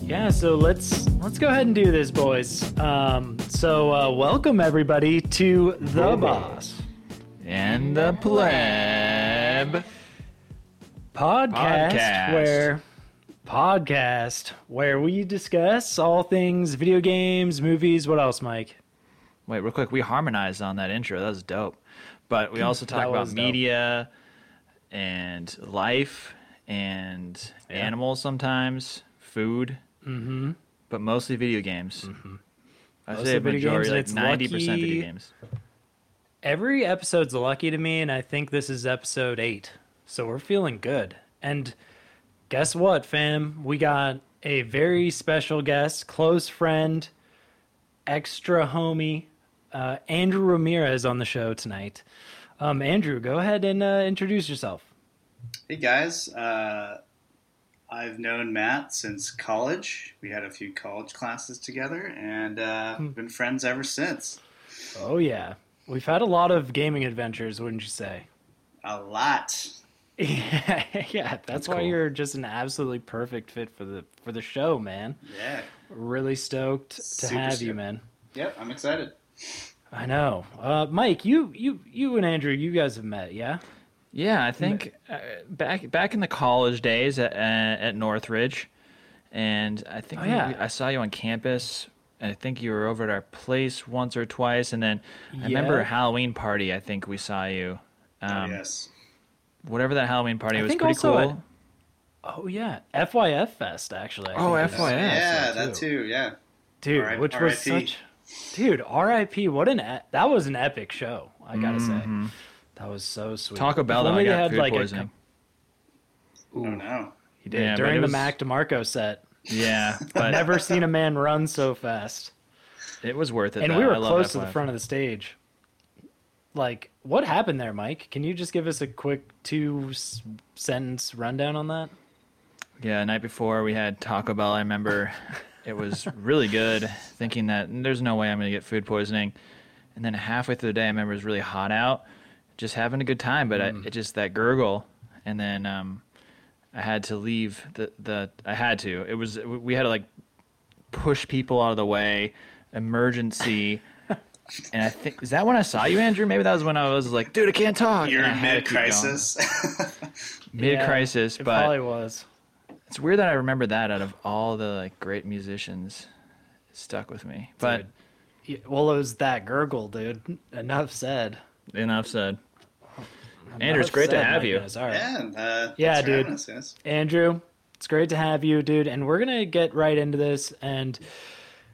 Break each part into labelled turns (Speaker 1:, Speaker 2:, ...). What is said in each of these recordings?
Speaker 1: Yeah, so let's let's go ahead and do this, boys. Um, so uh, welcome everybody to the boss
Speaker 2: And the pleb.
Speaker 1: podcast,
Speaker 2: Podcast.
Speaker 1: where podcast where we discuss all things video games, movies. What else, Mike?
Speaker 2: Wait, real quick. We harmonized on that intro. That was dope. But we also talk
Speaker 1: That
Speaker 2: about
Speaker 1: was dope.
Speaker 2: media and life and animals sometimes, food. Mm-hmm. But mostly video games. Mm-hmm. I
Speaker 1: Mostly
Speaker 2: say a
Speaker 1: video games,
Speaker 2: majority,
Speaker 1: and
Speaker 2: like
Speaker 1: it's
Speaker 2: ninety percent
Speaker 1: lucky-
Speaker 2: video games.
Speaker 1: Every episode's lucky to me, and I think this is episode eight, so we're feeling good. And guess what, fam? We got a very special guest, close friend, extra homie, uh, Andrew Ramirez on the show tonight. Um, Andrew, go ahead and uh, introduce yourself.
Speaker 3: Hey guys, uh, I've known Matt since college. We had a few college classes together, and uh,
Speaker 1: Hmm.
Speaker 3: we've been friends ever since.
Speaker 1: Oh yeah, we've had a lot of gaming adventures, wouldn't you say?
Speaker 3: A lot.
Speaker 1: yeah, yeah. That's why
Speaker 2: cool.
Speaker 1: you're just an absolutely perfect fit for the for the show, man.
Speaker 3: Yeah.
Speaker 1: Really stoked to
Speaker 3: Super
Speaker 1: have you,
Speaker 3: stoked.
Speaker 1: man.
Speaker 3: Yep. I'm excited.
Speaker 1: I know, uh, Mike. You, you, you, and Andrew. You guys have met, yeah?
Speaker 2: Yeah, I think uh, back back in the college days at, uh, at Northridge, and I think
Speaker 1: Oh,
Speaker 2: we-
Speaker 1: yeah.
Speaker 2: we- I saw you on campus. And I think you were over at our place once or twice, and then I remember
Speaker 1: Yeah.
Speaker 2: a Halloween party. I think we saw you.
Speaker 3: Oh,
Speaker 2: Um,
Speaker 3: yes.
Speaker 2: Whatever that Halloween party
Speaker 1: I
Speaker 2: was,
Speaker 1: think
Speaker 2: pretty
Speaker 1: also at-
Speaker 2: cool.
Speaker 1: Oh yeah, FYF Fest actually. I think
Speaker 2: Oh,
Speaker 1: it is.
Speaker 2: FYF. yeah,
Speaker 3: yeah,
Speaker 2: so
Speaker 3: that too. Yeah.
Speaker 1: dude,
Speaker 3: R.I.-
Speaker 1: which was
Speaker 3: RIP.
Speaker 1: such, dude, R.I.P. What an e- that was an epic show. I gotta
Speaker 2: Mm-hmm.
Speaker 1: say, that was so sweet.
Speaker 2: Taco
Speaker 1: If
Speaker 2: Bell though,
Speaker 1: only
Speaker 2: I
Speaker 1: they
Speaker 2: got
Speaker 1: had,
Speaker 2: food
Speaker 1: like, a
Speaker 2: poisoning.
Speaker 1: com-
Speaker 3: I don't know.
Speaker 2: He
Speaker 1: dude,
Speaker 2: but
Speaker 1: during
Speaker 2: it
Speaker 1: the
Speaker 2: was-
Speaker 1: Mac DeMarco set.
Speaker 2: Yeah, but
Speaker 1: Never seen a man run so fast.
Speaker 2: it was worth it.
Speaker 1: And
Speaker 2: though.
Speaker 1: we were
Speaker 2: I love
Speaker 1: close to the
Speaker 2: FYF.
Speaker 1: front of the stage. Like, what happened there, Mike? Can you just give us a quick two s- sentence rundown on that?
Speaker 2: Yeah, the night before we had Taco Bell. I remember it was really good, thinking that there's no way I'm going to get food poisoning. And then halfway through the day, I remember it was really hot out, just having a good time, but
Speaker 1: Mm.
Speaker 2: I, it just that gurgle. And then um, I had to leave the, the, I had to. It was, we had to like push people out of the way, emergency. and I think, is that when I saw you, Andrew? Maybe that was when I was like, dude, I can't talk.
Speaker 3: You're
Speaker 2: and I
Speaker 3: in
Speaker 2: had to keep
Speaker 3: mid
Speaker 2: going.
Speaker 3: crisis.
Speaker 2: Mid crisis,
Speaker 1: Yeah, it
Speaker 2: but.
Speaker 1: probably was.
Speaker 2: It's weird that I remember that out of all the like great musicians it stuck with me. But
Speaker 1: Yeah, well, it was that gurgle, dude. Enough said.
Speaker 2: enough said. Andrew, it's
Speaker 1: Enough
Speaker 2: great to
Speaker 1: said,
Speaker 2: have
Speaker 1: my
Speaker 2: you.
Speaker 1: goodness. All right.
Speaker 3: yeah. and, Uh,
Speaker 1: Yeah,
Speaker 3: thanks for
Speaker 1: dude.
Speaker 3: having us, guys.
Speaker 1: Andrew, it's great to have you, dude. And we're going to get right into this. And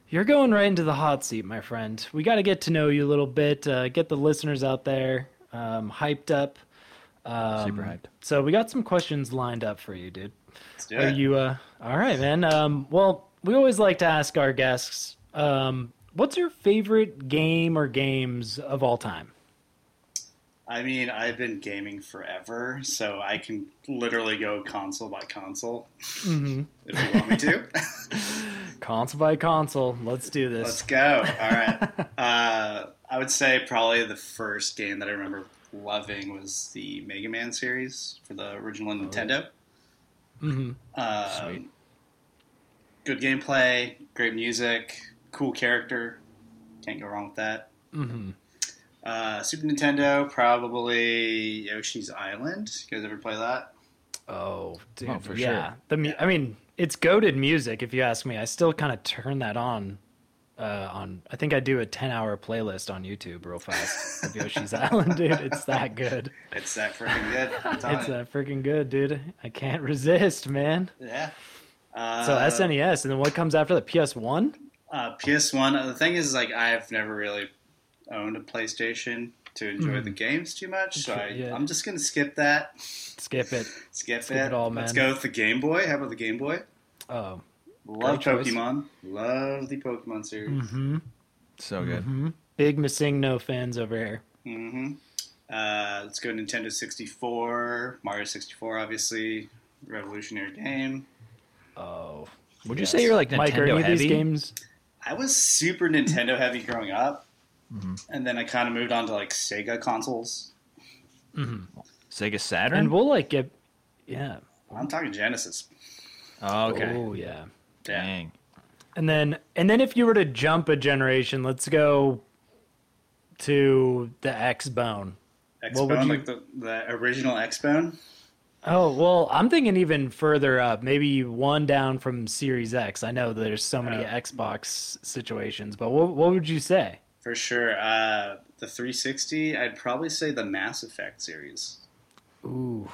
Speaker 1: you're going right into the hot seat, my friend. We got to get to know you a little bit, uh, get the listeners out there um, hyped up. Um,
Speaker 2: Super hyped.
Speaker 1: So we got some questions lined up for you, dude.
Speaker 3: Let's do
Speaker 1: Are
Speaker 3: it.
Speaker 1: you uh, all right, man? Um, well, we always like to ask our guests, um, what's your favorite game or games of all time?
Speaker 3: I mean, I've been gaming forever, so I can literally go console by console if you want me to.
Speaker 1: Mm-hmm. Console by console. Let's do this.
Speaker 3: Let's go. All right. uh, I would say probably the first game that I remember loving was the Mega Man series for the original Nintendo.
Speaker 1: Mhm.
Speaker 3: Um,
Speaker 2: Sweet.
Speaker 3: Good gameplay, great music, cool character. Can't go wrong with that.
Speaker 1: Mm-hmm.
Speaker 3: Uh, Super Nintendo, probably Yoshi's Island. You guys ever play that?
Speaker 1: Oh, dude,
Speaker 2: Oh, for
Speaker 1: yeah.
Speaker 2: sure.
Speaker 1: The mu- I mean, it's goaded music. If you ask me, I still kind of turn that on. Uh, on I think I do a ten-hour playlist on YouTube real fast of Yoshi's Island, dude. It's that good.
Speaker 3: It's that freaking good. It's on
Speaker 1: It's
Speaker 3: it.
Speaker 1: that freaking good, dude. I can't resist, man.
Speaker 3: yeah. Uh,
Speaker 1: So SNES, and then what comes after the PS1?
Speaker 3: Uh, PS One. The thing is, like, I've never really owned a PlayStation to enjoy the games too much, so I,
Speaker 1: Hmm. Yeah.
Speaker 3: I'm just gonna skip that.
Speaker 1: Skip it.
Speaker 3: Skip,
Speaker 1: Skip
Speaker 3: it.
Speaker 1: it all,
Speaker 3: Let's
Speaker 1: man.
Speaker 3: go with the Game Boy. How about the Game Boy?
Speaker 1: Oh,
Speaker 3: Love
Speaker 1: choice.
Speaker 3: Pokemon. Love the Pokemon series.
Speaker 1: hmm
Speaker 2: So good.
Speaker 1: Mm-hmm. big missing no fans over here.
Speaker 3: hmm Uh, let's go Nintendo 64, Mario 64, obviously revolutionary game.
Speaker 1: Oh,
Speaker 2: Would you say you're like Nintendo
Speaker 1: Mike, are any of
Speaker 2: heavy?
Speaker 1: these games?
Speaker 3: I was super Nintendo heavy growing up,
Speaker 1: Mm-hmm.
Speaker 3: and then I kind of moved on to like Sega consoles.
Speaker 2: Mm-hmm. Sega Saturn.
Speaker 1: And we'll like get, yeah.
Speaker 3: I'm talking Genesis.
Speaker 2: oh, okay.
Speaker 1: Oh yeah.
Speaker 2: Dang.
Speaker 1: And then and then if you were to jump a generation, let's go to the X Bone.
Speaker 3: X
Speaker 1: What would
Speaker 3: Bone,
Speaker 1: you-
Speaker 3: like the, the original X Bone.
Speaker 1: Oh well, I'm thinking even further up, maybe one down from Series X. I know there's so many
Speaker 3: Yeah.
Speaker 1: Xbox situations, but what what would you say?
Speaker 3: For sure. Uh, the 360, I'd probably say the Mass Effect series.
Speaker 1: Ooh,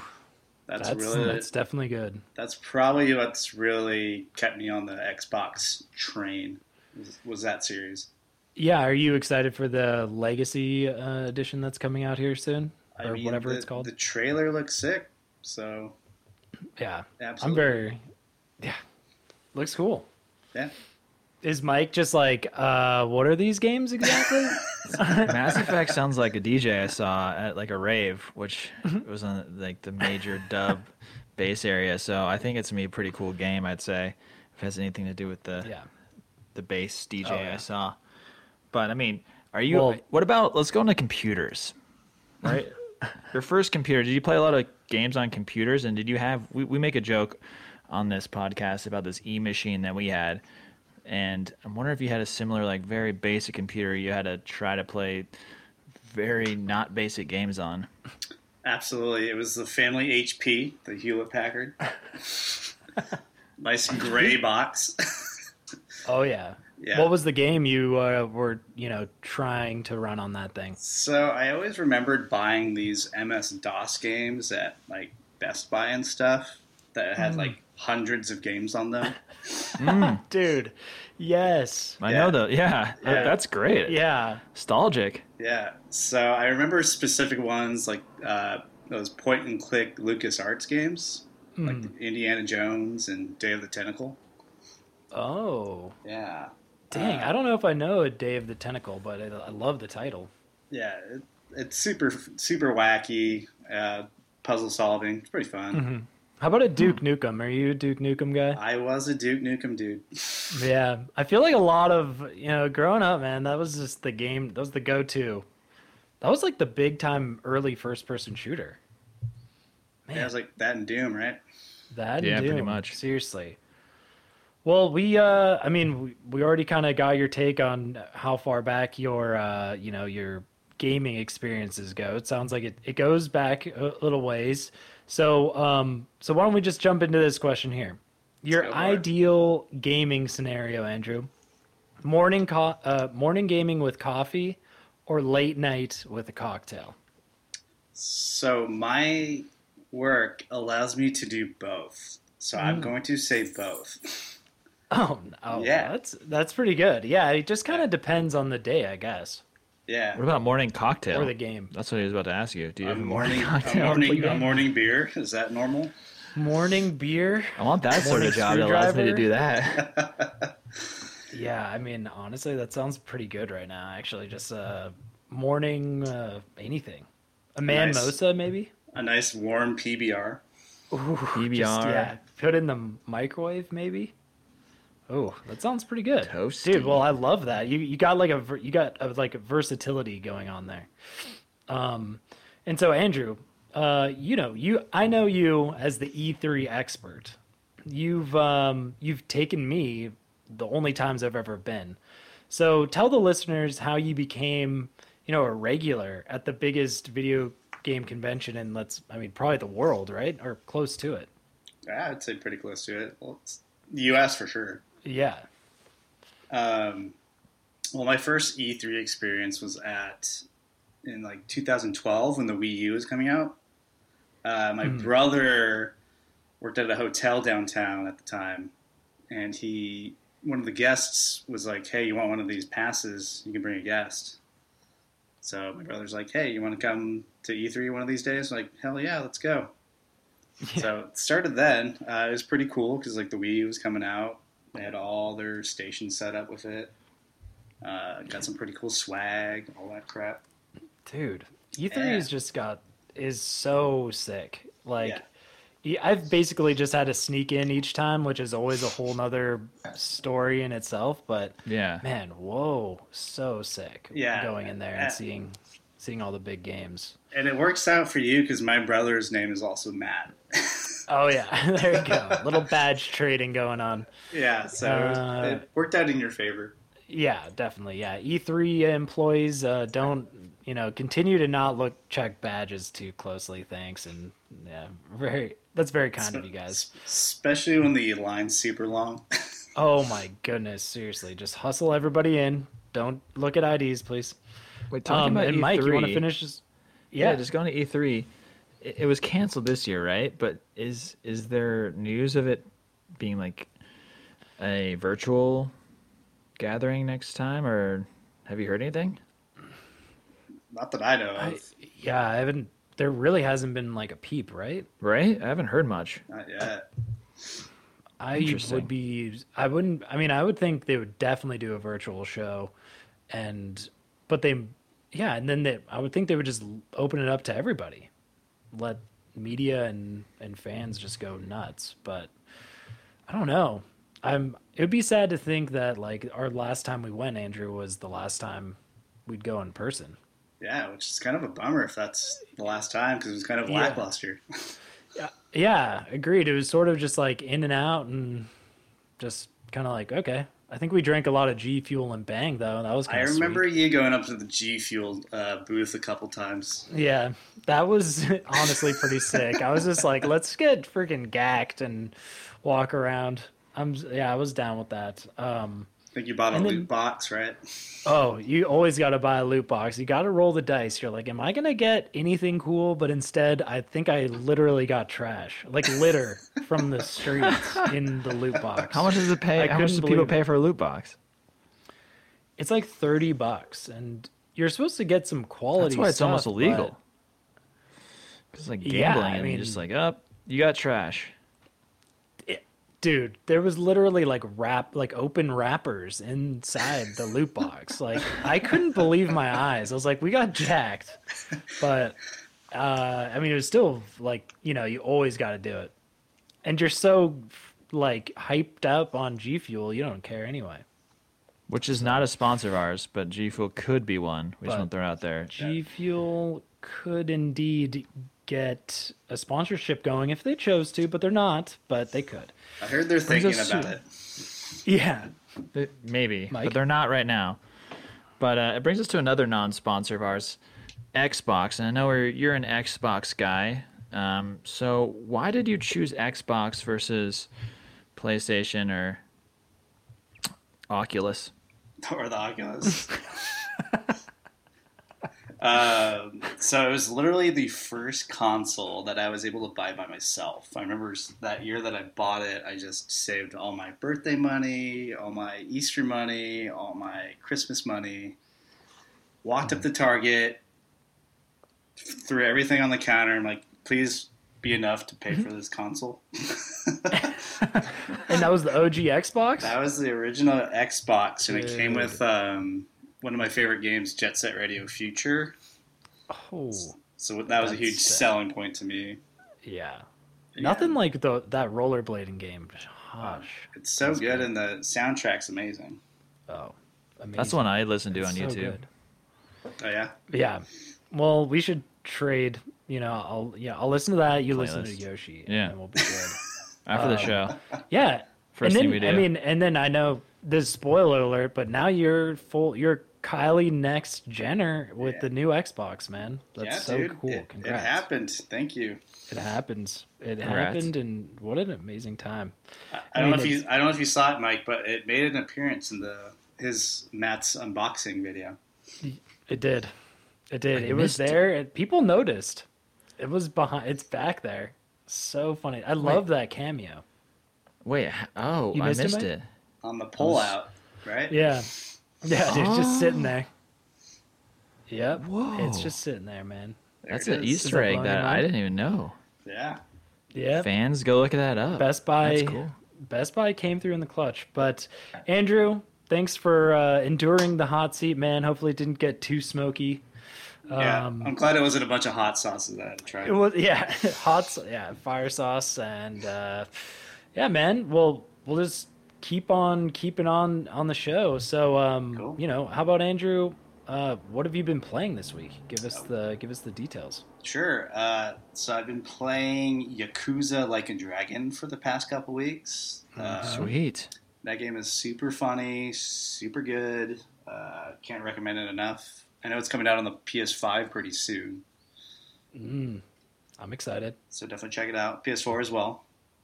Speaker 3: That's,
Speaker 1: that's
Speaker 3: really
Speaker 1: that's
Speaker 3: that's,
Speaker 1: definitely good.
Speaker 3: probably what's really kept me on the Xbox train. Was, was that series?
Speaker 1: Yeah, are you excited for the Legacy uh, edition that's coming out here soon,
Speaker 3: I
Speaker 1: or
Speaker 3: mean,
Speaker 1: whatever
Speaker 3: the-
Speaker 1: it's called?
Speaker 3: The trailer looks sick. So
Speaker 1: yeah, I'm
Speaker 3: absolutely.
Speaker 1: very. Yeah, looks cool.
Speaker 3: Yeah.
Speaker 1: Is Mike just like, uh, what are these games exactly?
Speaker 2: Mass Effect sounds like a DJ I saw at like a rave, which
Speaker 1: Mm-hmm.
Speaker 2: was on like the major dub bass area. So I think it's gonna be a pretty cool game. I'd say if it has anything to do with the
Speaker 1: yeah.
Speaker 2: the bass DJ
Speaker 1: Oh, yeah.
Speaker 2: I saw. But I mean, are you?
Speaker 1: Well-
Speaker 2: what about? Let's go into computers. Right. Your first computer. Did you play a lot of games on computers? And did you have? We, we make a joke on this podcast about this e machine that we had, and I'm wondering if you had a similar, like, very basic computer you had to try to play very not basic games on.
Speaker 3: Absolutely. It was the family HP, the Hewlett Packard. nice gray box.
Speaker 1: Oh yeah.
Speaker 3: Yeah.
Speaker 1: What was the game you uh, were you know trying to run on that thing?
Speaker 3: So I always remembered buying these MS DOS games at like Best Buy and stuff that had like hundreds of games on them. Hmm.
Speaker 1: Dude, yes.
Speaker 2: I
Speaker 3: Yeah.
Speaker 2: know though. Hmm. Yeah, that-
Speaker 3: Yeah.
Speaker 2: that's great.
Speaker 1: Yeah.
Speaker 2: Nostalgic.
Speaker 3: yeah. So I remember specific ones like uh, those point and click Lucas Arts games,
Speaker 1: Hmm.
Speaker 3: like Indiana Jones and Day of the Tentacle. Uh,
Speaker 1: Oh.
Speaker 3: Yeah.
Speaker 1: Dang, I don't know if I know a Day of the Tentacle, but I, I love the title.
Speaker 3: Yeah. It, it's super super wacky. Uh, puzzle solving. It's pretty fun.
Speaker 1: Hmm. How about a Duke
Speaker 3: Hmm.
Speaker 1: Nukem? Are you a Duke Nukem guy?
Speaker 3: I was a Duke Nukem dude.
Speaker 1: Yeah. I feel like a lot of, you know, growing up, man, that was just the game, that was the go to. That was like the big time early first person shooter.
Speaker 3: Yeah, I was like that and Doom, right?
Speaker 1: That
Speaker 2: Yeah,
Speaker 1: and
Speaker 2: pretty
Speaker 1: Doom,
Speaker 2: much.
Speaker 1: Seriously. Well, we uh I mean we, we already kind of got your take on how far back your uh you know your gaming experiences go. It sounds like it, it goes back a little ways. So um so why don't we just jump into this question here?
Speaker 3: go
Speaker 1: Your
Speaker 3: for it.
Speaker 1: ideal gaming scenario, Andrew. Morning co- uh, morning gaming with coffee or late night with a cocktail.
Speaker 3: So my work allows me to do both. So I'm going to say both.
Speaker 1: Oh, oh
Speaker 3: Yeah.
Speaker 1: yeah. that's that's pretty good. Yeah, it just kind of depends on the day, I guess.
Speaker 3: Yeah.
Speaker 2: What about morning cocktail?
Speaker 1: or the game.
Speaker 2: That's what he was about to ask you. Do you
Speaker 3: A
Speaker 2: have a
Speaker 3: morning,
Speaker 2: morning
Speaker 3: a
Speaker 2: cocktail?
Speaker 3: morning, a morning beer. Is that normal?
Speaker 1: Morning beer.
Speaker 2: I want that sort
Speaker 1: Morning
Speaker 2: of job that allows me to
Speaker 1: screwdriver.
Speaker 2: do that.
Speaker 1: Yeah, I mean, honestly, that sounds pretty good right now. Actually, just uh, morning uh, anything. A man
Speaker 3: Nice.
Speaker 1: mosa, maybe.
Speaker 3: A nice warm PBR.
Speaker 1: Ooh,
Speaker 2: PBR.
Speaker 1: just, yeah, put in the microwave, maybe. Oh, that sounds pretty good,
Speaker 2: Toasty.
Speaker 1: dude. Well, I love that. You you got like a ver- you got a, like a versatility going on there. Um, and so Andrew, uh, you know you I know you as the E3 expert. You've um you've taken me the only times I've ever been. So tell the listeners how you became you know a regular at the biggest video game convention and let's I mean probably the world right or close to it.
Speaker 3: Yeah, Ah, I'd say pretty close to it. Well, it's U.S. for sure.
Speaker 1: Yeah.
Speaker 3: Um, well, my first E3 experience was at in like 2012 when the Wii U was coming out. Uh, my brother worked at a hotel downtown at the time, and he one of the guests was like, "Hey, you want one of these passes? You can bring a guest." So my brother's like, "Hey, you want to come to E3 one of these days?" I'm like, "Hell yeah, let's go!" So it started then. Uh, it was pretty cool because like the Wii U was coming out. They had all their stations set up with it. Uh, got some pretty cool swag, all that crap.
Speaker 1: Dude, E3
Speaker 3: Yeah.
Speaker 1: has just got is so sick. Like
Speaker 3: Yeah.
Speaker 1: yeah, I've basically just had to sneak in each time, which is always a whole nother story in itself, but
Speaker 2: Yeah.
Speaker 1: man, whoa, so sick.
Speaker 3: Yeah.
Speaker 1: Going in there
Speaker 3: Yeah.
Speaker 1: and seeing seeing all the big games.
Speaker 3: And it works out for you because my brother's name is also Matt.
Speaker 1: Oh yeah, there you go. Little badge trading going on.
Speaker 3: Yeah, so it was-
Speaker 1: Uh,
Speaker 3: it worked out in your favor.
Speaker 1: Yeah, definitely. Yeah, E3 employees uh, don't you know continue to not look check badges too closely. Thanks, and yeah, very that's very kind of you guys.
Speaker 3: Especially when the line's super long.
Speaker 1: Oh my goodness, seriously, just hustle everybody in. Don't look at IDs, please.
Speaker 2: Wait, talking
Speaker 1: Um,
Speaker 2: about
Speaker 1: and
Speaker 2: E3,
Speaker 1: Mike, you want to finish? This?
Speaker 2: Yeah,
Speaker 1: Yeah,
Speaker 2: just going to E3. It, it was canceled this year, right? But is is there news of it being like a virtual gathering next time, or have you heard anything?
Speaker 3: Not that I know
Speaker 1: I,
Speaker 3: of.
Speaker 1: yeah. I haven't. There really hasn't been like a peep, right?
Speaker 2: Right? I haven't heard much.
Speaker 3: Not yet.
Speaker 1: I
Speaker 2: Interesting.
Speaker 1: would be. I wouldn't. I mean, I would think they would definitely do a virtual show, and but they, yeah, and then they. I would think they would just open it up to everybody, let media and and fans just go nuts. But I don't know. I'm. It would be sad to think that like our last time we went, Andrew, was the last time we'd go in person.
Speaker 3: Yeah, which is kind of a bummer if that's the last time because it was kind of
Speaker 1: Yeah.
Speaker 3: lackluster.
Speaker 1: Yeah, agreed. It was sort of just like in and out and just kind of like, okay. I think we drank a lot of G Fuel and Bang though. That was
Speaker 3: I
Speaker 1: kind of
Speaker 3: remember you going up to the G Fuel uh, booth a couple times.
Speaker 1: Yeah. That was honestly pretty sick. I was just like, let's get freaking gacked and walk around. I'm yeah, I was down with that. Um
Speaker 3: I think you bought a
Speaker 1: And then-
Speaker 3: loot box, right?
Speaker 1: Oh, you always got to buy a loot box. You got to roll the dice. You're like, am I going to get anything cool? But instead, I think I literally got trash, like litter from the streets in the loot box.
Speaker 2: How much does it pay?
Speaker 1: I
Speaker 2: how much do
Speaker 1: couldn't
Speaker 2: people
Speaker 1: believe
Speaker 2: pay for a loot box?
Speaker 1: It's like 30 bucks and you're supposed to get some quality
Speaker 2: That's why it's almost
Speaker 1: stuff,
Speaker 2: illegal. It's like gambling,
Speaker 1: Yeah, I
Speaker 2: and you're just
Speaker 1: mean-
Speaker 2: like, up, you got trash.
Speaker 1: but- Dude, there was literally like wrap like open wrappers inside the loot box. Like I couldn't believe my eyes. I was like, we got jacked. But uh I mean it was still like, you know, you always got to do it. And you're so like hyped up on G Fuel, you don't care anyway.
Speaker 2: Which is not a sponsor of ours, but G Fuel could be one. We just
Speaker 1: But
Speaker 2: want to throw it out there.
Speaker 1: G Fuel could indeed get a sponsorship going if they chose to, but they're not, but they could.
Speaker 3: I heard they're thinking
Speaker 2: us
Speaker 3: about
Speaker 2: to-
Speaker 3: it.
Speaker 1: Yeah.
Speaker 2: Th- Maybe,
Speaker 1: Mike?
Speaker 2: but they're not right now. But uh, it brings us to another non-sponsor of ours, Xbox. And I know you're, you're an Xbox guy. Um, so why did you choose Xbox versus PlayStation or Oculus?
Speaker 3: or the Oculus. um, so it was literally the first console that I was able to buy by myself. I remember s- that year that I bought it, I just saved all my birthday money, all my Easter money, all my Christmas money, walked up to Target, threw everything on the counter. I'm like, please be enough to pay for this console.
Speaker 1: And that was the OG Xbox?
Speaker 3: That was the original Xbox, and it came
Speaker 1: Dude.
Speaker 3: with um, one of my favorite games, Jet Set Radio Future.
Speaker 1: Oh,
Speaker 3: So that was
Speaker 1: That's
Speaker 3: a huge
Speaker 1: sick.
Speaker 3: selling point to me.
Speaker 1: yeah.
Speaker 3: Yeah.
Speaker 1: Nothing like the that rollerblading game. Hush.
Speaker 3: It's so good, and the soundtrack's amazing.
Speaker 1: Oh, amazing.
Speaker 2: That's the one I listen to on
Speaker 1: So
Speaker 2: YouTube.
Speaker 1: good.
Speaker 3: Oh yeah,
Speaker 1: Yeah. Well, we should trade. You know, I'll yeah, I'll listen to that. You listen to
Speaker 2: Playlist.
Speaker 1: Yoshi.
Speaker 2: Yeah.
Speaker 1: And we'll be good.
Speaker 2: After the show,
Speaker 1: yeah.
Speaker 2: First
Speaker 1: and
Speaker 2: thing
Speaker 1: then,
Speaker 2: we
Speaker 1: I
Speaker 2: do.
Speaker 1: mean, and then I know this spoiler alert, but now you're full. You're Kylie next Jenner with
Speaker 3: Yeah.
Speaker 1: the new Xbox, man. That's
Speaker 3: yeah,
Speaker 1: so
Speaker 3: dude.
Speaker 1: cool.
Speaker 3: It, it
Speaker 1: Congrats.
Speaker 3: happened. Thank you.
Speaker 1: It happens. It
Speaker 2: Congrats.
Speaker 1: happened, and what an amazing time.
Speaker 3: I don't know
Speaker 1: mean,
Speaker 3: if you I don't know if you saw it, Mike, but it made an appearance in the his Matt's unboxing video.
Speaker 1: It did. It did.
Speaker 2: I
Speaker 1: it was
Speaker 2: missed it.
Speaker 1: there. It. people noticed. It was behind. It's back there. So funny. I love that cameo.
Speaker 2: wait, h- oh,
Speaker 1: You
Speaker 2: I
Speaker 1: missed it,
Speaker 2: missed
Speaker 1: Mike?
Speaker 2: it.
Speaker 3: On the pullout, right?
Speaker 1: Yeah. Yeah, dude, just sitting there. Yep. It's
Speaker 2: Whoa.
Speaker 1: just sitting there, man.
Speaker 3: There
Speaker 2: That's
Speaker 3: it
Speaker 2: an
Speaker 3: is.
Speaker 1: Does
Speaker 2: Easter
Speaker 1: that
Speaker 2: egg
Speaker 1: blow your
Speaker 2: that I
Speaker 1: mind?
Speaker 2: didn't even know.
Speaker 3: Yeah.
Speaker 1: Yeah.
Speaker 2: Fans, go look that up.
Speaker 1: Best Buy.
Speaker 2: That's cool.
Speaker 1: Best Buy came through in the clutch. But Andrew, thanks for uh, enduring the hot seat, man. Hopefully it didn't get too smoky.
Speaker 3: Yeah.
Speaker 1: Um,
Speaker 3: I'm glad it wasn't a bunch of hot sauces that I tried.
Speaker 1: It was yeah, hot s- yeah, fire sauce and uh, yeah, man. We'll we'll just keep on keeping on on the show. So um,
Speaker 3: Cool.
Speaker 1: you know, how about Andrew? Uh, what have you been playing this week? Give us the give us the details.
Speaker 3: Sure. Uh, so I've been playing Yakuza Like a Dragon for the past couple weeks. Uh,
Speaker 2: Sweet.
Speaker 3: That game is super funny, super good. Uh, can't recommend it enough. I know it's coming out on the PS5 pretty soon,
Speaker 1: Mm, I'm excited.
Speaker 3: so definitely check it out. PS4 as well.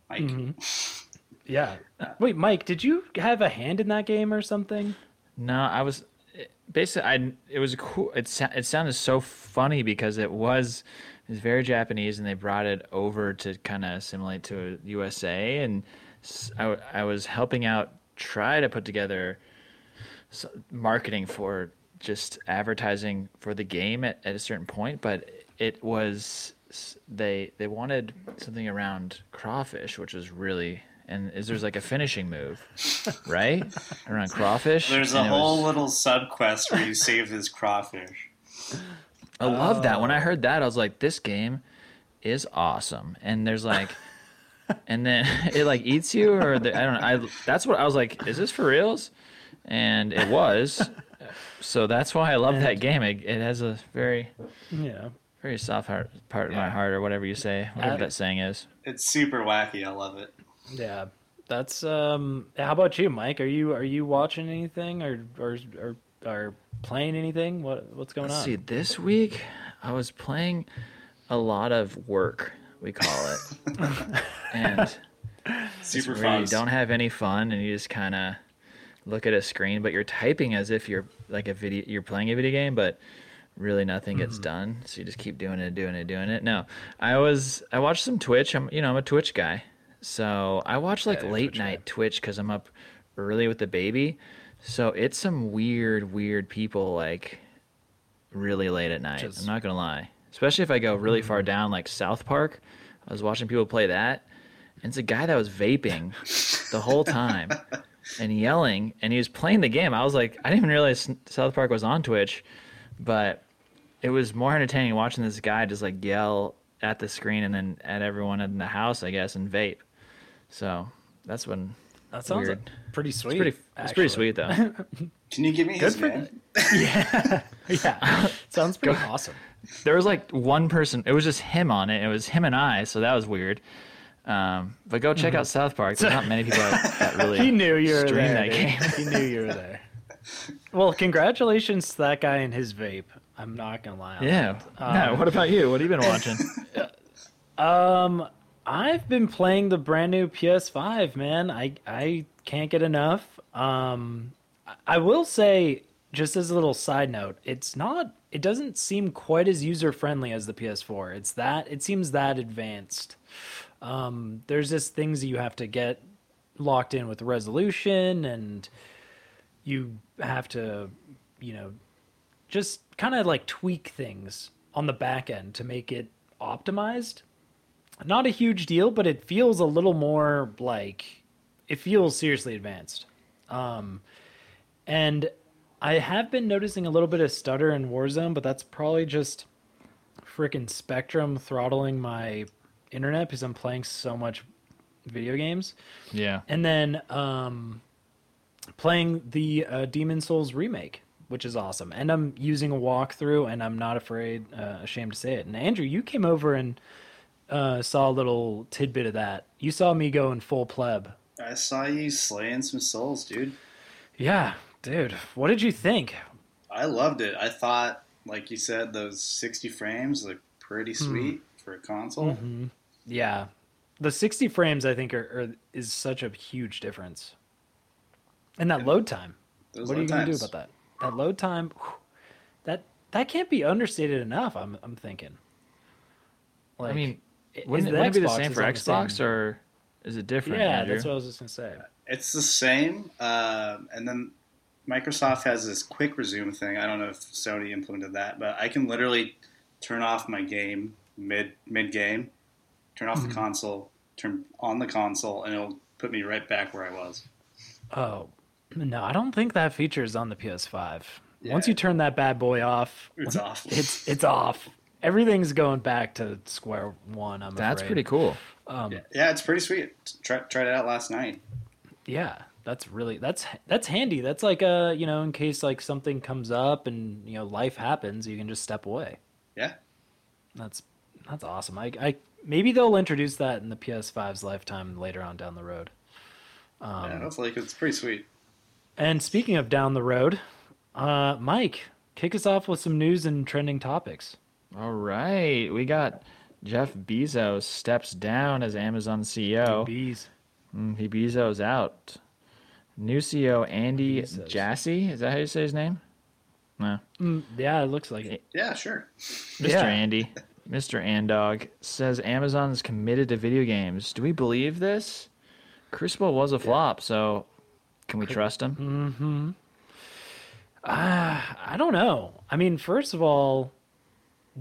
Speaker 3: Mike,
Speaker 1: Mhm. Yeah. Wait, Mike, did you have a hand in that game or something?
Speaker 2: No, I was it- basically I it was a cool it sa- it sounded so funny because it was it was very Japanese and they brought it over to kind of assimilate to USA and s- I w- I was helping out try to put together s- marketing for just advertising for the game at, at a certain point but it was s- they they wanted something around crawfish which was really and is there's like a finishing move right around crawfish
Speaker 3: There's a
Speaker 2: and it was-
Speaker 3: whole little sub quest where you save this crawfish.
Speaker 2: I love that.
Speaker 1: Oh.
Speaker 2: When I heard that, I was like, this game is awesome. And there's like, and then it like eats you, or the, I don't know. I, that's what I was like, is this for reals? And it was. so that's why I love that game. It, it has a very,
Speaker 1: Yeah.
Speaker 2: very soft heart, part of my
Speaker 3: Yeah.
Speaker 2: heart, or whatever you say, whatever
Speaker 1: Uh,
Speaker 2: that saying is.
Speaker 3: It's super wacky. I love it.
Speaker 1: Yeah. That's um how about you, Mike? Are you are you watching anything or or or, or playing anything? What what's going
Speaker 2: Let's
Speaker 1: on?
Speaker 2: see, this week I was playing a lot of work, we call it. and. It's
Speaker 3: Super
Speaker 2: where
Speaker 3: fun.
Speaker 2: You don't have any fun, and you just kind of look at a screen, but you're typing as if you're like a video, you're playing a video game, but really nothing
Speaker 1: Mm-hmm.
Speaker 2: gets done. So you just keep doing it, doing it, doing it. No, I was I watched some Twitch. I'm you know I'm a Twitch guy, so I watch like
Speaker 1: Yeah, you're a
Speaker 2: late
Speaker 1: Twitch guy.
Speaker 2: night Twitch because I'm up early with the baby. So it's some weird, weird people like really late at night.
Speaker 1: Just- Mm-hmm.
Speaker 2: I'm not gonna lie, especially if I go really far down, like South Park. I was watching people play that, and it's a guy that was vaping the whole time and yelling, and he was playing the game. I was like, I didn't even realize South Park was on Twitch, but it was more entertaining watching this guy just like yell at the screen and then at everyone in the house, I guess, and vape. So that's when
Speaker 1: That sounds
Speaker 2: weird.
Speaker 1: pretty sweet.
Speaker 2: it's pretty it's
Speaker 1: actually.
Speaker 2: pretty sweet though.
Speaker 3: Can you give me his
Speaker 1: for-
Speaker 3: name?
Speaker 1: Yeah. sounds pretty awesome.
Speaker 2: there was like one person. It was just him on it. It was him and I, so that was weird. Um, but go check out South Park. There's not many people that that really.
Speaker 1: Mm-hmm. He knew you were
Speaker 2: Stream
Speaker 1: there.
Speaker 2: that
Speaker 1: dude.
Speaker 2: game.
Speaker 1: He knew you were there. Well, congratulations to that guy and his vape. I'm not gonna lie. on
Speaker 2: Yeah. no. What about you? What have you been watching?
Speaker 1: Um, I've been playing the brand new PS5, man. I I can't get enough. Um, I- I will say, just as a little side note, it's not. It doesn't seem quite as user friendly as the PS4. It's that. It seems that advanced. Um, there's just things that you have to get locked in with resolution, and you have to, you know, just kind of like tweak things on the back end to make it optimized not a huge deal, but it feels a little more like it feels seriously advanced. Um, and I have been noticing a little bit of stutter in Warzone, but that's probably just freaking Spectrum throttling my internet because I'm playing so much video games.
Speaker 2: yeah.
Speaker 1: And then um, playing the uh, Demon Souls remake, which is awesome. And I'm using a walkthrough, and I'm not afraid, uh, ashamed to say it. And Andrew, you came over and uh, saw a little tidbit of that. You saw me go in full pleb.
Speaker 3: I saw you slaying some souls, dude.
Speaker 1: Yeah, dude. What did you think?
Speaker 3: I loved it. I thought, like you said, those 60 frames look pretty
Speaker 1: Hmm.
Speaker 3: sweet for a console.
Speaker 1: Mm-hmm. Yeah, the 60 frames I think are, are is such a huge difference. And that load time.
Speaker 3: Those
Speaker 1: what are you going to do about that? That load time, whew, that that can't be understated enough. I'm I'm thinking. Like,
Speaker 2: I mean,
Speaker 1: i- is
Speaker 2: wouldn't, it- wouldn't it be the
Speaker 1: Xbox
Speaker 2: same
Speaker 1: is
Speaker 2: for
Speaker 1: on the
Speaker 2: Xbox or is it different?
Speaker 1: yeah,
Speaker 2: Andrew?
Speaker 1: that's what I was just gonna say.
Speaker 3: It's the same. Um, and then Microsoft has this quick resume thing. I don't know if Sony implemented that, but I can literally turn off my game mid mid game, turn
Speaker 1: Mm-hmm.
Speaker 3: off the console, turn on the console, and it'll put me right back where I was.
Speaker 1: Oh no, I don't think that feature is on the PS5. Once
Speaker 3: Yeah.
Speaker 1: you turn that bad boy off,
Speaker 3: It's awful.
Speaker 1: it's it's off. Everything's going back to square one. I'm
Speaker 2: That's
Speaker 1: afraid.
Speaker 2: pretty cool.
Speaker 1: Um,
Speaker 3: yeah, it's pretty sweet. Try, tried it out last night.
Speaker 1: Yeah, that's really that's that's handy. That's like uh you know in case like something comes up and you know life happens, you can just step away.
Speaker 3: Yeah.
Speaker 1: That's that's awesome. I, I maybe they'll introduce that in the PS5's lifetime later on down the road. Um,
Speaker 3: yeah, hopefully, 'cause it's pretty sweet.
Speaker 1: And speaking of down the road, uh, Mike, kick us off with some news and trending topics.
Speaker 2: All right, we got Jeff Bezos steps down as Amazon CEO.
Speaker 1: Bees.
Speaker 2: Mm, he Bezos out. New CEO Andy
Speaker 1: Bezos.
Speaker 2: Jassy. Is that how you say his name? No.
Speaker 1: Mm, yeah, it looks like it.
Speaker 3: Yeah, sure.
Speaker 2: Mr.
Speaker 1: Yeah.
Speaker 2: Andy. Mr. Andog says Amazon is committed to video games. Do we believe this? Crucible was a flop, so can we trust
Speaker 1: Hmm,
Speaker 2: him?
Speaker 1: Mm-hmm. Ah, I don't know. I mean, first of all,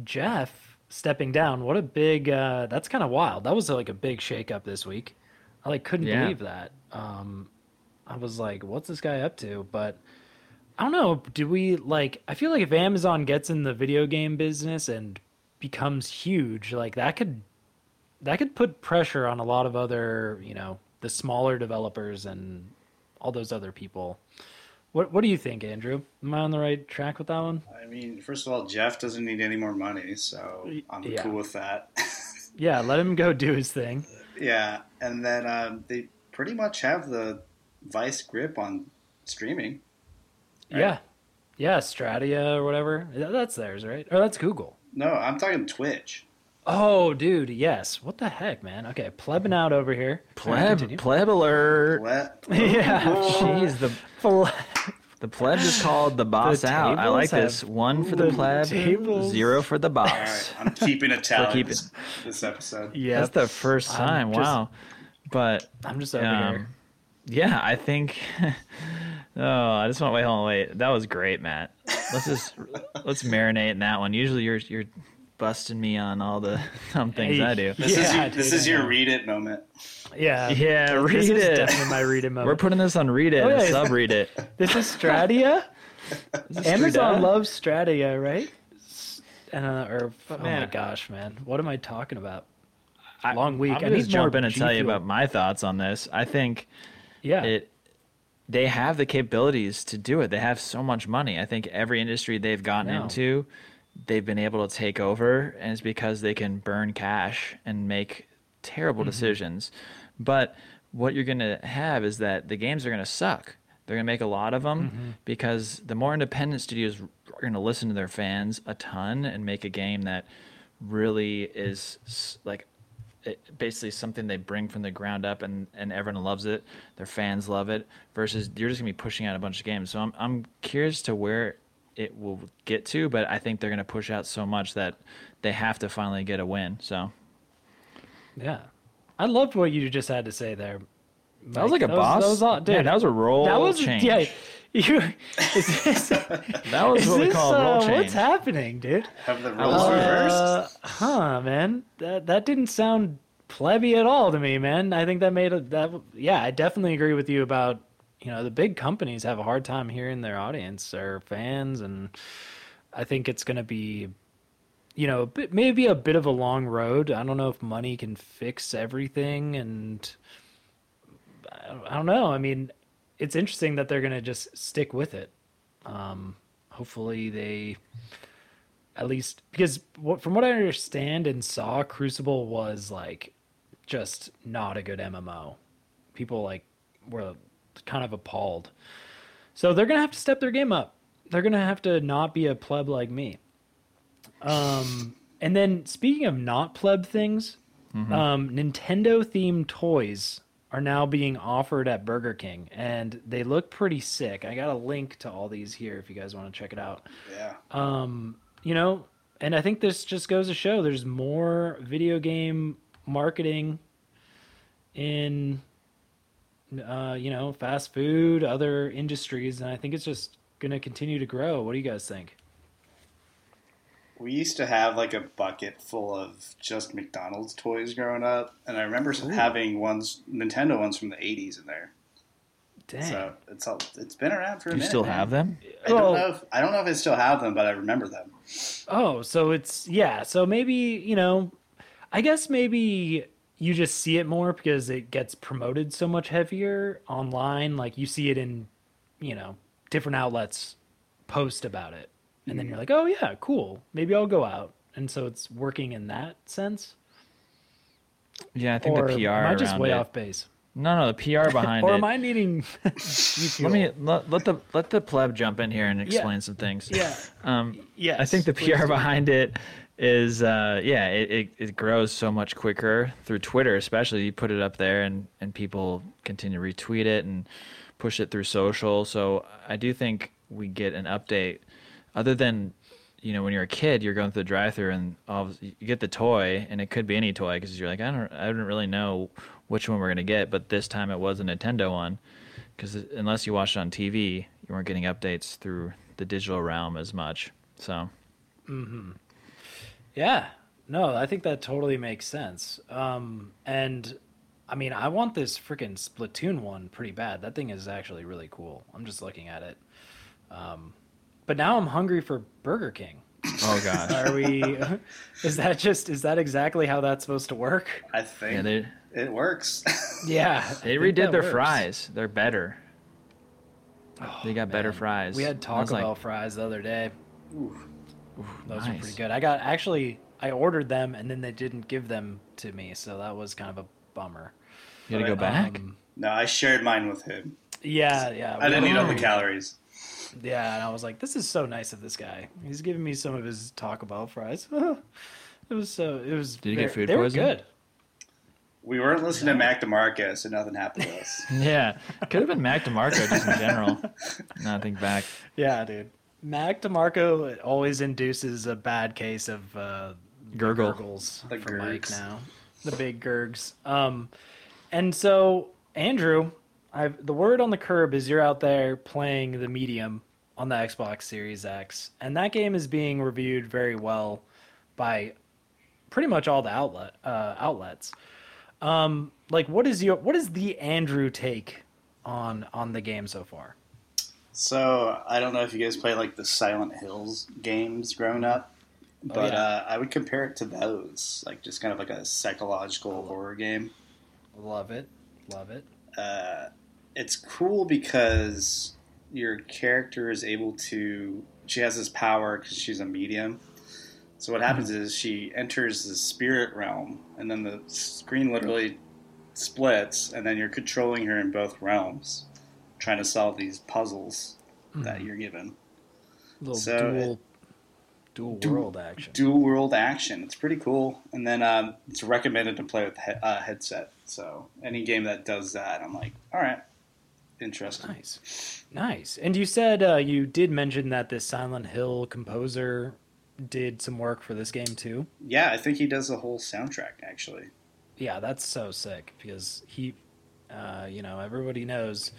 Speaker 1: Jeff stepping down. What a big. Uh, that's kind of wild. That was like a big shakeup this week. I like couldn't
Speaker 2: Yeah.
Speaker 1: believe that. Um, I was like, what's this guy up to? But I don't know. Do we like? I feel like if Amazon gets in the video game business and becomes huge, like that could that could put pressure on a lot of other, you know, the smaller developers and all those other people. What What do you think, Andrew? Am I on the right track with that one?
Speaker 3: I mean, first of all, Jeff doesn't need any more money, so I'm
Speaker 1: Yeah.
Speaker 3: cool with that.
Speaker 1: Yeah, let him go do his thing.
Speaker 3: yeah, and then um, they pretty much have the vice grip on streaming. Right.
Speaker 1: Yeah, yeah, Stradia or whatever. Th- That's theirs, right? Or that's Google.
Speaker 3: No, I'm talking Twitch.
Speaker 1: Oh, dude, yes. What the heck, man? Okay, plebin out over here. All right,
Speaker 2: Pleb,
Speaker 1: continue.
Speaker 2: pleb alert.
Speaker 3: What?
Speaker 1: yeah,
Speaker 2: Jeez, the
Speaker 1: ple-
Speaker 2: the pleb is called the boss out. I
Speaker 1: tables
Speaker 2: like this.
Speaker 1: have-
Speaker 2: One for the
Speaker 1: the
Speaker 2: pleb,
Speaker 1: tables-
Speaker 2: zero for the
Speaker 3: All
Speaker 2: boss.
Speaker 3: right, I'm keeping a tally
Speaker 2: keep
Speaker 3: this, this episode.
Speaker 1: yeah.
Speaker 2: That's the first
Speaker 1: I'm
Speaker 2: time.
Speaker 1: just-
Speaker 2: wow. But
Speaker 1: I'm just over
Speaker 2: Um,
Speaker 1: here.
Speaker 2: yeah, I think. oh, I just want to wait. Hold on, wait. That was great, Matt. Let's just let's marinate in that one. Usually, you're you're busting me on all the dumb things I do.
Speaker 3: This is
Speaker 1: Yeah,
Speaker 3: your, this
Speaker 1: dude,
Speaker 3: is
Speaker 1: I
Speaker 3: your
Speaker 1: know.
Speaker 3: read it moment.
Speaker 1: Yeah,
Speaker 2: Yeah,
Speaker 1: This
Speaker 2: read
Speaker 1: is
Speaker 2: it.
Speaker 1: Definitely my read it moment.
Speaker 2: We're putting this on read it
Speaker 1: Oh,
Speaker 2: and
Speaker 1: yeah.
Speaker 2: sub read it.
Speaker 1: This is Stradia. Amazon
Speaker 2: Stradia?
Speaker 1: loves Stradia, right? S- Uh, or oh my
Speaker 2: man.
Speaker 1: gosh, man, what am I talking about?
Speaker 2: I-
Speaker 1: Long week.
Speaker 2: I'm
Speaker 1: I
Speaker 2: gonna
Speaker 1: need
Speaker 2: just jump
Speaker 1: more
Speaker 2: in and
Speaker 1: G
Speaker 2: tell you
Speaker 1: Fuel.
Speaker 2: about my thoughts on this. I think
Speaker 1: Yeah,
Speaker 2: it they have the capabilities to do it. They have so much money. I think every industry they've gotten
Speaker 1: know.
Speaker 2: into, they've been able to take over, and it's because they can burn cash and make terrible decisions. But what you're going to have is that the games are going to suck. They're going to make a lot of them because the more independent studios are going to listen to their fans a ton and make a game that really is s- like it, basically something they bring from the ground up and, and everyone loves it their fans love it versus you're just going to be pushing out a bunch of games so i'm, I'm curious to where it will get to but i think they're going to push out so much that they have to finally get a win so
Speaker 1: yeah. I loved what you just had to say there.
Speaker 2: that was like a
Speaker 1: that
Speaker 2: boss
Speaker 1: Was, that was all, dude.
Speaker 2: Man, that was a role
Speaker 1: that was
Speaker 2: change
Speaker 1: yeah. You is this,
Speaker 2: that was
Speaker 1: is
Speaker 2: what we
Speaker 1: this,
Speaker 2: call a
Speaker 1: uh,
Speaker 2: role change
Speaker 1: what's happening, dude?
Speaker 3: Have the roles
Speaker 2: love
Speaker 3: reversed.
Speaker 1: Uh, huh, man. That that didn't sound plebby at all to me, man. I think that made a that. Yeah, I definitely agree with you about you know the big companies have a hard time hearing their audience, their fans, and I think it's going to be, you know, a bit, maybe a bit of a long road. I don't know if money can fix everything, and I don't- I don't know. I mean, it's interesting that they're going to just stick with it. Um, hopefully they at least because what, from what I understand and saw, Crucible was like just not a good MMO. People like were kind of appalled. So they're gonna have to step their game up. They're gonna have to not be a pleb like me. Um, and then speaking of not pleb things, um, Nintendo themed toys are now being offered at Burger King, and they look pretty sick. I got a link to all these here if you guys want to check it out
Speaker 3: Yeah.
Speaker 1: um, you know, and I think this just goes to show there's more video game marketing in, uh, you know, fast food, other industries, and I think it's just gonna continue to grow. What do you guys think?
Speaker 3: We used to have like a bucket full of just McDonald's toys growing up, and I remember having ones Nintendo ones from the '80s in there.
Speaker 1: Dang,
Speaker 3: So it's all, it's been around for a
Speaker 2: you
Speaker 3: minute.
Speaker 2: still
Speaker 3: man.
Speaker 2: have them
Speaker 3: I don't
Speaker 1: Oh.
Speaker 3: know. If, I don't know if I still have them, but I remember them.
Speaker 1: Oh, so it's yeah. So maybe you know, I guess maybe you just see it more because it gets promoted so much heavier online. Like you see it in, you know,
Speaker 2: Mm-hmm.
Speaker 1: different outlets post about it, and then you're like, oh yeah, cool. Maybe I'll go out. and so it's working in that sense.
Speaker 2: Yeah, I think
Speaker 1: or
Speaker 2: the PR
Speaker 1: am I just
Speaker 2: around
Speaker 1: way
Speaker 2: it-
Speaker 1: off base?
Speaker 2: No, no, the PR behind
Speaker 1: or
Speaker 2: it.
Speaker 1: am I needing?
Speaker 2: let me let, let the let the pleb jump in here and explain some things.
Speaker 1: yeah,
Speaker 2: Um,
Speaker 1: yes.
Speaker 2: I think the
Speaker 1: please
Speaker 2: PR
Speaker 1: do.
Speaker 2: behind it is uh, yeah, it, it, it grows so much quicker through Twitter, especially. You put it up there, and and people continue to retweet it and push it through social. So I do think we get an update. Other than you know, when you're a kid, you're going through the drive-through and all of- you get the toy, and it could be any toy because you're like, I don't, I didn't really know which one we're gonna get, but this time it was a Nintendo one because unless you watched it on TV, you weren't getting updates through the digital realm as much. So
Speaker 1: Yeah. No, I think that totally makes sense. Um, and I mean, I want this freaking Splatoon one pretty bad. That thing is actually really cool. I'm just looking at it. Um, but now I'm hungry for Burger King.
Speaker 2: Oh gosh.
Speaker 1: Are we? is that just? Is that exactly how that's supposed to work?
Speaker 3: I think
Speaker 2: yeah, they
Speaker 3: it works.
Speaker 1: Yeah. I
Speaker 2: they
Speaker 1: think
Speaker 2: redid
Speaker 1: that
Speaker 2: their
Speaker 1: works.
Speaker 2: fries. They're better. they got better
Speaker 1: Oh, Man,
Speaker 2: fries.
Speaker 1: We had
Speaker 2: I was
Speaker 1: Taco Bell fries the other day.
Speaker 3: Ooh,
Speaker 1: Those were
Speaker 2: nice.
Speaker 1: pretty good. I got actually. I ordered them and then they didn't give them to me, so that was kind of a bummer.
Speaker 2: You had to go back.
Speaker 1: Um,
Speaker 3: no, I shared mine with him.
Speaker 1: yeah, yeah.
Speaker 3: I
Speaker 1: we-
Speaker 3: didn't eat all the calories.
Speaker 1: Yeah, and I was like, this is so nice of this guy. He's giving me some of his Taco Bell fries. it was so. It was.
Speaker 2: Did you get
Speaker 1: very-
Speaker 2: food
Speaker 1: They were
Speaker 2: poisoning?
Speaker 1: good.
Speaker 3: We weren't listening to Mac DeMarco, so nothing happened to us.
Speaker 2: yeah, could have been Mac DeMarco just in general. now I think back.
Speaker 1: Yeah, dude. Mac DeMarco always induces a bad case of uh, the
Speaker 2: Gurgle.
Speaker 1: gurgles
Speaker 3: The
Speaker 1: for Mike
Speaker 3: gurgs.
Speaker 1: now. The big gurgs. Um, and so Andrew, I've the word on the curb is you're out there playing the medium on the Xbox Series X, and that game is being reviewed very well by pretty much all the outlet uh, outlets. Um, like, what is your what is the Andrew take on on the game so far?
Speaker 3: So I don't know if you guys played like the Silent Hills games growing up,
Speaker 2: Oh,
Speaker 3: but
Speaker 1: yeah.
Speaker 3: uh, I would compare it to those, like just kind of like a psychological horror game.
Speaker 1: Love it, love it.
Speaker 3: Uh, it's cool because your character is able to. She has this power because she's a medium. So what happens is she enters the spirit realm, and then the screen literally splits, and then you're controlling her in both realms, trying to solve these puzzles that
Speaker 1: Mm-hmm.
Speaker 3: you're given.
Speaker 1: little
Speaker 3: So
Speaker 1: dual,
Speaker 3: it-
Speaker 1: dual
Speaker 3: dual-
Speaker 1: world action.
Speaker 3: dual world action. It's pretty cool. And then um, it's recommended to play with he- uh, headset. So any game that does that, I'm like, all right, interesting.
Speaker 1: nice, nice. And you said uh, you did mention that this Silent Hill composer did some work for this game too.
Speaker 3: Yeah, I think he does the whole soundtrack actually.
Speaker 1: Yeah, that's so sick because he, uh, you know, everybody knows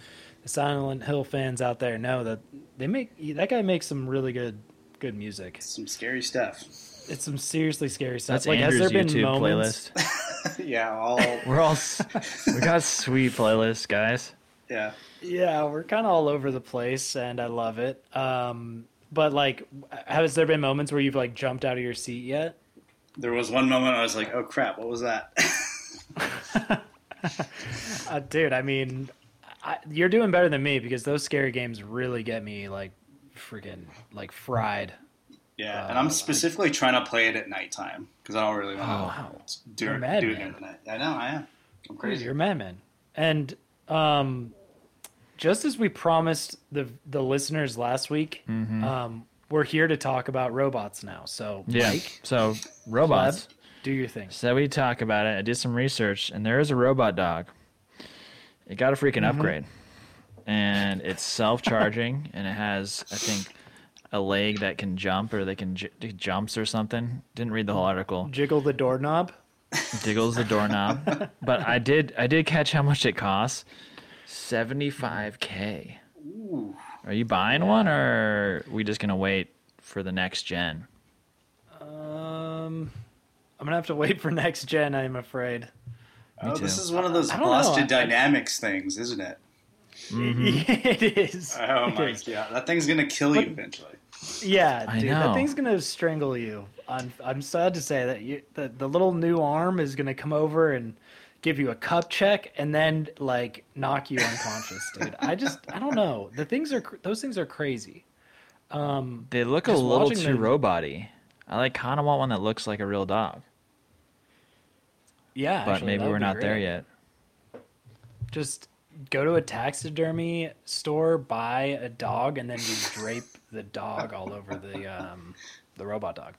Speaker 1: the Silent Hill fans out there know that they make that guy makes some really good good music.
Speaker 3: Some scary stuff.
Speaker 1: It's some seriously scary stuff.
Speaker 2: That's Andrew's YouTube playlist.
Speaker 3: yeah, all.
Speaker 2: We're all s- we got sweet playlists, guys.
Speaker 3: Yeah,
Speaker 1: Yeah, we're kind of all over the place, and I love it. Um, but like, has there been moments where you've like jumped out of your seat yet?
Speaker 3: there was one moment I was like, oh crap, what was that?
Speaker 1: Uh, dude, I mean, I, you're doing better than me because those scary games really get me like freaking like fried.
Speaker 3: yeah, and
Speaker 1: Uh,
Speaker 3: I'm specifically trying to play it at nighttime because I don't really want
Speaker 1: Oh, Wow,
Speaker 3: to do,
Speaker 1: You're
Speaker 3: it-
Speaker 1: a madman.
Speaker 3: do it during the night. I know I am. I'm
Speaker 1: Dude,
Speaker 3: crazy.
Speaker 1: you're a madman. And um, just as we promised the the listeners last week,
Speaker 2: Mm-hmm.
Speaker 1: um, we're here to talk about robots now. So
Speaker 2: Yeah.
Speaker 1: Mike,
Speaker 2: So robots.
Speaker 1: Lev, do your thing.
Speaker 2: So we talk about it. I did some research, and there is a robot dog. It got a freaking
Speaker 1: Mm-hmm.
Speaker 2: upgrade, and it's self-charging, and it has, I think, a leg that can jump, or they can j- it jumps or something. Didn't read the whole article.
Speaker 1: Jiggle the doorknob.
Speaker 2: Diggles the doorknob, but I did, I did catch how much it costs. Seventy-five k.
Speaker 3: Ooh,
Speaker 2: Are you buying one, or are we just gonna wait for the next gen?
Speaker 1: Um, I'm gonna have to wait for next gen. I'm afraid.
Speaker 2: Me
Speaker 3: oh, this
Speaker 2: too.
Speaker 3: is one of those
Speaker 1: I don't know,
Speaker 3: Boston
Speaker 1: I-
Speaker 3: Dynamics things, isn't it?
Speaker 1: Mm-hmm.
Speaker 2: Mm-hmm.
Speaker 1: it is.
Speaker 3: Oh
Speaker 1: It
Speaker 3: my
Speaker 1: is.
Speaker 3: god, that thing's gonna kill you
Speaker 1: But-
Speaker 3: eventually.
Speaker 1: Yeah,
Speaker 2: I
Speaker 1: dude,
Speaker 2: know.
Speaker 1: that thing's gonna strangle you. I'm, I'm sad to say that you, the, the little new arm is gonna come over and give you a cup check and then like knock you unconscious, dude. I just, I don't know. The things are, cr- those things are crazy. Um,
Speaker 2: They look a
Speaker 1: Just
Speaker 2: little
Speaker 1: watching
Speaker 2: too
Speaker 1: them-
Speaker 2: robot-y. I like kind of want one that looks like a real dog,
Speaker 1: Yeah,
Speaker 2: but
Speaker 1: actually,
Speaker 2: maybe
Speaker 1: that would
Speaker 2: we're
Speaker 1: be
Speaker 2: not there
Speaker 1: great.
Speaker 2: yet.
Speaker 1: Just go to a taxidermy store, buy a dog, and then you drape the dog all over the um, the robot dog.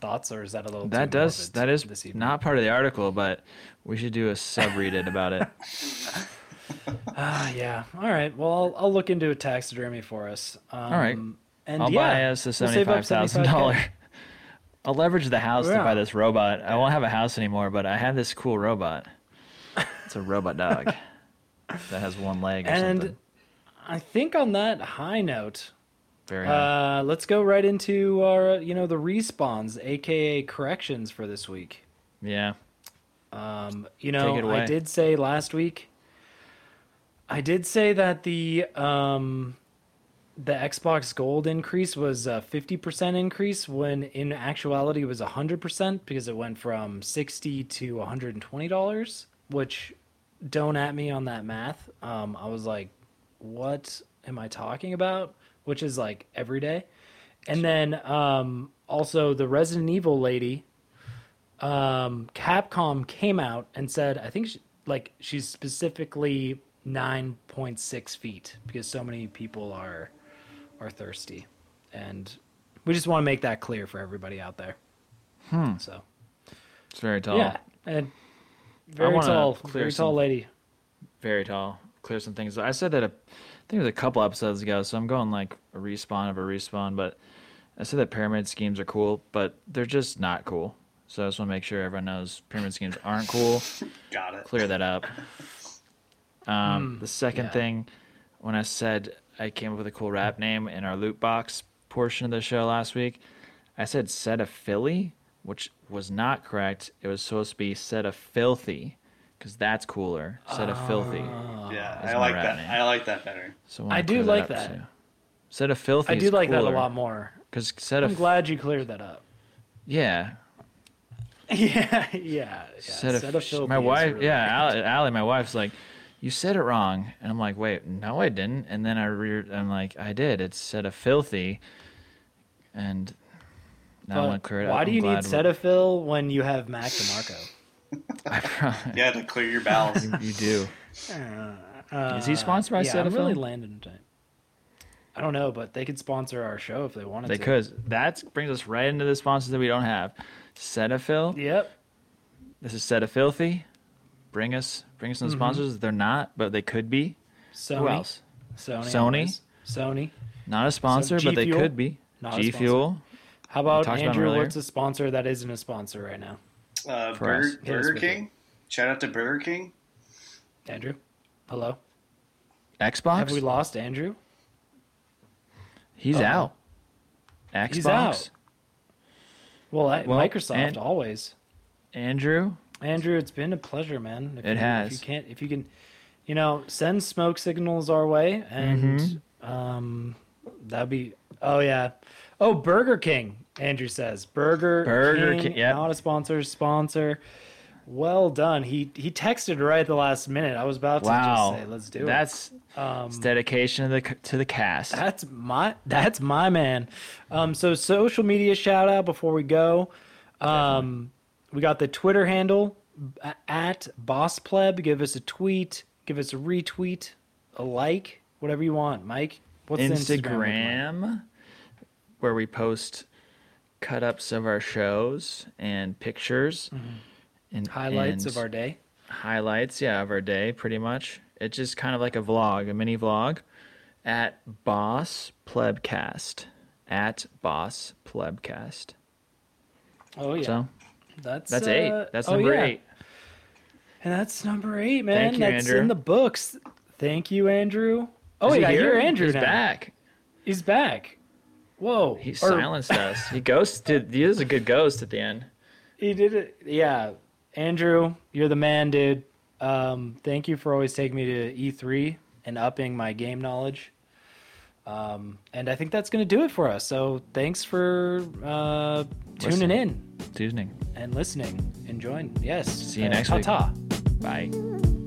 Speaker 1: Thoughts, or is that a little
Speaker 2: Hmm. That
Speaker 1: too
Speaker 2: does
Speaker 1: morbid
Speaker 2: that is
Speaker 1: this evening?
Speaker 2: not part of the article, but we should do a sub read it about it.
Speaker 1: Ah, yeah. All right. Well, I'll, I'll look into a taxidermy for us. Um,
Speaker 2: right.
Speaker 1: And
Speaker 2: I'll
Speaker 1: yeah,
Speaker 2: buy us a
Speaker 1: we'll save up
Speaker 2: seventy-five thousand dollar.
Speaker 1: 75K.
Speaker 2: I'll leverage the house
Speaker 1: Yeah.
Speaker 2: to buy this robot. I won't have a house anymore, but I have this cool robot. It's a robot dog that has one leg or
Speaker 1: And
Speaker 2: something.
Speaker 1: I think on that high note,
Speaker 2: Very high.
Speaker 1: uh, let's go right into our, you know, the respawns, aka corrections for this week.
Speaker 2: yeah.
Speaker 1: Um, you
Speaker 2: it
Speaker 1: know, I
Speaker 2: away.
Speaker 1: did say last week. I did say that the um, the Xbox Gold increase was a fifty percent increase when in actuality it was hundred percent because it went from sixty to one hundred and twenty dollars. Which don't at me on that math. Um, I was like, what am I talking about? Which is like every day. And then um, also the Resident Evil lady um, Capcom came out and said, I think she, like she's specifically 9.6 feet because so many people are are thirsty, and we just want to make that clear for everybody out there.
Speaker 2: Hmm.
Speaker 1: So
Speaker 2: It's very tall.
Speaker 1: yeah, and very
Speaker 2: wanna
Speaker 1: tall,
Speaker 2: clear
Speaker 1: very tall
Speaker 2: some-
Speaker 1: lady.
Speaker 2: Very tall. Clear some things. I said that a, I think it was a couple episodes ago, so I'm going like a respawn of a respawn, but I said that pyramid schemes are cool, but they're just not cool. So I just want to make sure everyone knows pyramid schemes aren't cool.
Speaker 3: Got it.
Speaker 2: clear that up. Um, the second
Speaker 1: yeah.
Speaker 2: thing, when I said I came up with a cool rap name in our loot box portion of the show last week, I said set a Philly, which was not correct. It was supposed to be set a filthy, because that's cooler. Set a filthy.
Speaker 3: Yeah,
Speaker 2: is
Speaker 3: I
Speaker 2: my
Speaker 3: like
Speaker 2: rap
Speaker 3: that.
Speaker 2: name.
Speaker 3: I like that better.
Speaker 2: So wanna
Speaker 1: I do
Speaker 2: clear
Speaker 1: like
Speaker 2: up,
Speaker 1: that.
Speaker 2: too. Set a filthy.
Speaker 1: I do like that a lot more.
Speaker 2: Because set
Speaker 1: I'm
Speaker 2: a
Speaker 1: glad you cleared that up.
Speaker 2: yeah,
Speaker 1: yeah, yeah, yeah.
Speaker 2: said a,
Speaker 1: Set a
Speaker 2: sh-
Speaker 1: filthy
Speaker 2: my
Speaker 1: is
Speaker 2: wife
Speaker 1: really-
Speaker 2: yeah Allie, Allie, my wife's like you said it wrong and i'm like wait no i didn't and then i re- i'm like i did it's said a filthy and now i'm
Speaker 1: But
Speaker 2: gonna clear it
Speaker 1: why
Speaker 2: up.
Speaker 1: do
Speaker 2: I'm
Speaker 1: you need
Speaker 2: glad we-
Speaker 1: Cetaphil when you have Mac DeMarco?
Speaker 2: I pro-
Speaker 3: Yeah, to clear your bowels.
Speaker 2: you do
Speaker 1: Uh,
Speaker 2: he sponsored by
Speaker 1: yeah, I'm really
Speaker 2: Cetaphil?
Speaker 1: landing tonight. I don't know, but they could sponsor our show if they wanted
Speaker 2: they
Speaker 1: to.
Speaker 2: could that brings us right into the sponsors that we don't have Cetaphil.
Speaker 1: Yep.
Speaker 2: this is set a filthy bring us bring us some
Speaker 1: Mm-hmm.
Speaker 2: sponsors they're not but they could be
Speaker 1: Sony.
Speaker 2: who else
Speaker 1: Sony.
Speaker 2: Sony?
Speaker 1: anyways. Sony.
Speaker 2: not a sponsor
Speaker 1: G
Speaker 2: but they
Speaker 1: Fuel?
Speaker 2: could be
Speaker 1: Not a
Speaker 2: g
Speaker 1: sponsor.
Speaker 2: fuel
Speaker 1: How about
Speaker 2: talked about 'em
Speaker 1: Andrew?
Speaker 2: earlier.
Speaker 1: What's a sponsor that isn't a sponsor right now?
Speaker 3: Uh,
Speaker 2: For us.
Speaker 3: Burger,
Speaker 1: Hit us
Speaker 3: Burger
Speaker 1: with
Speaker 3: King. Shout out to Burger King.
Speaker 1: Andrew. Hello.
Speaker 2: xbox
Speaker 1: Have we lost Andrew?
Speaker 2: He's
Speaker 1: Uh-oh.
Speaker 2: out. Xbox.
Speaker 1: He's out. Well, I,
Speaker 2: Well,
Speaker 1: Microsoft
Speaker 2: and-
Speaker 1: always.
Speaker 2: Andrew.
Speaker 1: Andrew, it's been a pleasure, man. If
Speaker 2: It
Speaker 1: you,
Speaker 2: has.
Speaker 1: If you can't, if you can, you know, send smoke signals our way, and
Speaker 2: Mm-hmm.
Speaker 1: um, that'd be. Oh yeah. Oh, Burger King. Andrew says Burger
Speaker 2: Burger King, yep.
Speaker 1: not a sponsor. Sponsor. Well done. He he texted right at the last minute. I was about to
Speaker 2: Wow.
Speaker 1: just say, let's do it.
Speaker 2: That's
Speaker 1: Um,
Speaker 2: it's dedication to the c- to the cast.
Speaker 1: that's my that's my man. Um, so social media shout out before we go. Um, we got the Twitter handle b- at Boss Pleb. Give us a tweet. Give us a retweet. A like. Whatever you want, Mike. What's the Instagram? look like?
Speaker 2: Instagram, where we post cut ups of our shows and pictures and
Speaker 1: Mm-hmm. Highlights of
Speaker 2: and
Speaker 1: our day.
Speaker 2: highlights, yeah, of our day, pretty much. It's just kind of like a vlog, a mini vlog, at Boss Plebcast, at Boss Plebcast.
Speaker 1: Oh yeah,
Speaker 2: So
Speaker 1: that's
Speaker 2: that's
Speaker 1: uh,
Speaker 2: eight. That's
Speaker 1: oh,
Speaker 2: number
Speaker 1: yeah.
Speaker 2: eight.
Speaker 1: And that's number eight, man.
Speaker 2: you,
Speaker 1: that's
Speaker 2: Andrew.
Speaker 1: in the books. Thank you, Andrew. Oh
Speaker 2: Is
Speaker 1: wait,
Speaker 2: he
Speaker 1: I
Speaker 2: here?
Speaker 1: hear Andrew
Speaker 2: He's
Speaker 1: now.
Speaker 2: back.
Speaker 1: He's back. Whoa.
Speaker 2: He
Speaker 1: Or-
Speaker 2: silenced us. He ghosted. He is a good ghost at the end.
Speaker 1: He did it. Yeah. Andrew, you're the man, dude. Um, thank you for always taking me to E3 and upping my game knowledge. Um, and I think that's going to do it for us. So thanks for uh, tuning
Speaker 2: Listening.
Speaker 1: in
Speaker 2: It's evening.
Speaker 1: and listening and joining. Yes.
Speaker 2: See you next week.
Speaker 1: ta-ta.
Speaker 2: Bye.
Speaker 4: Thank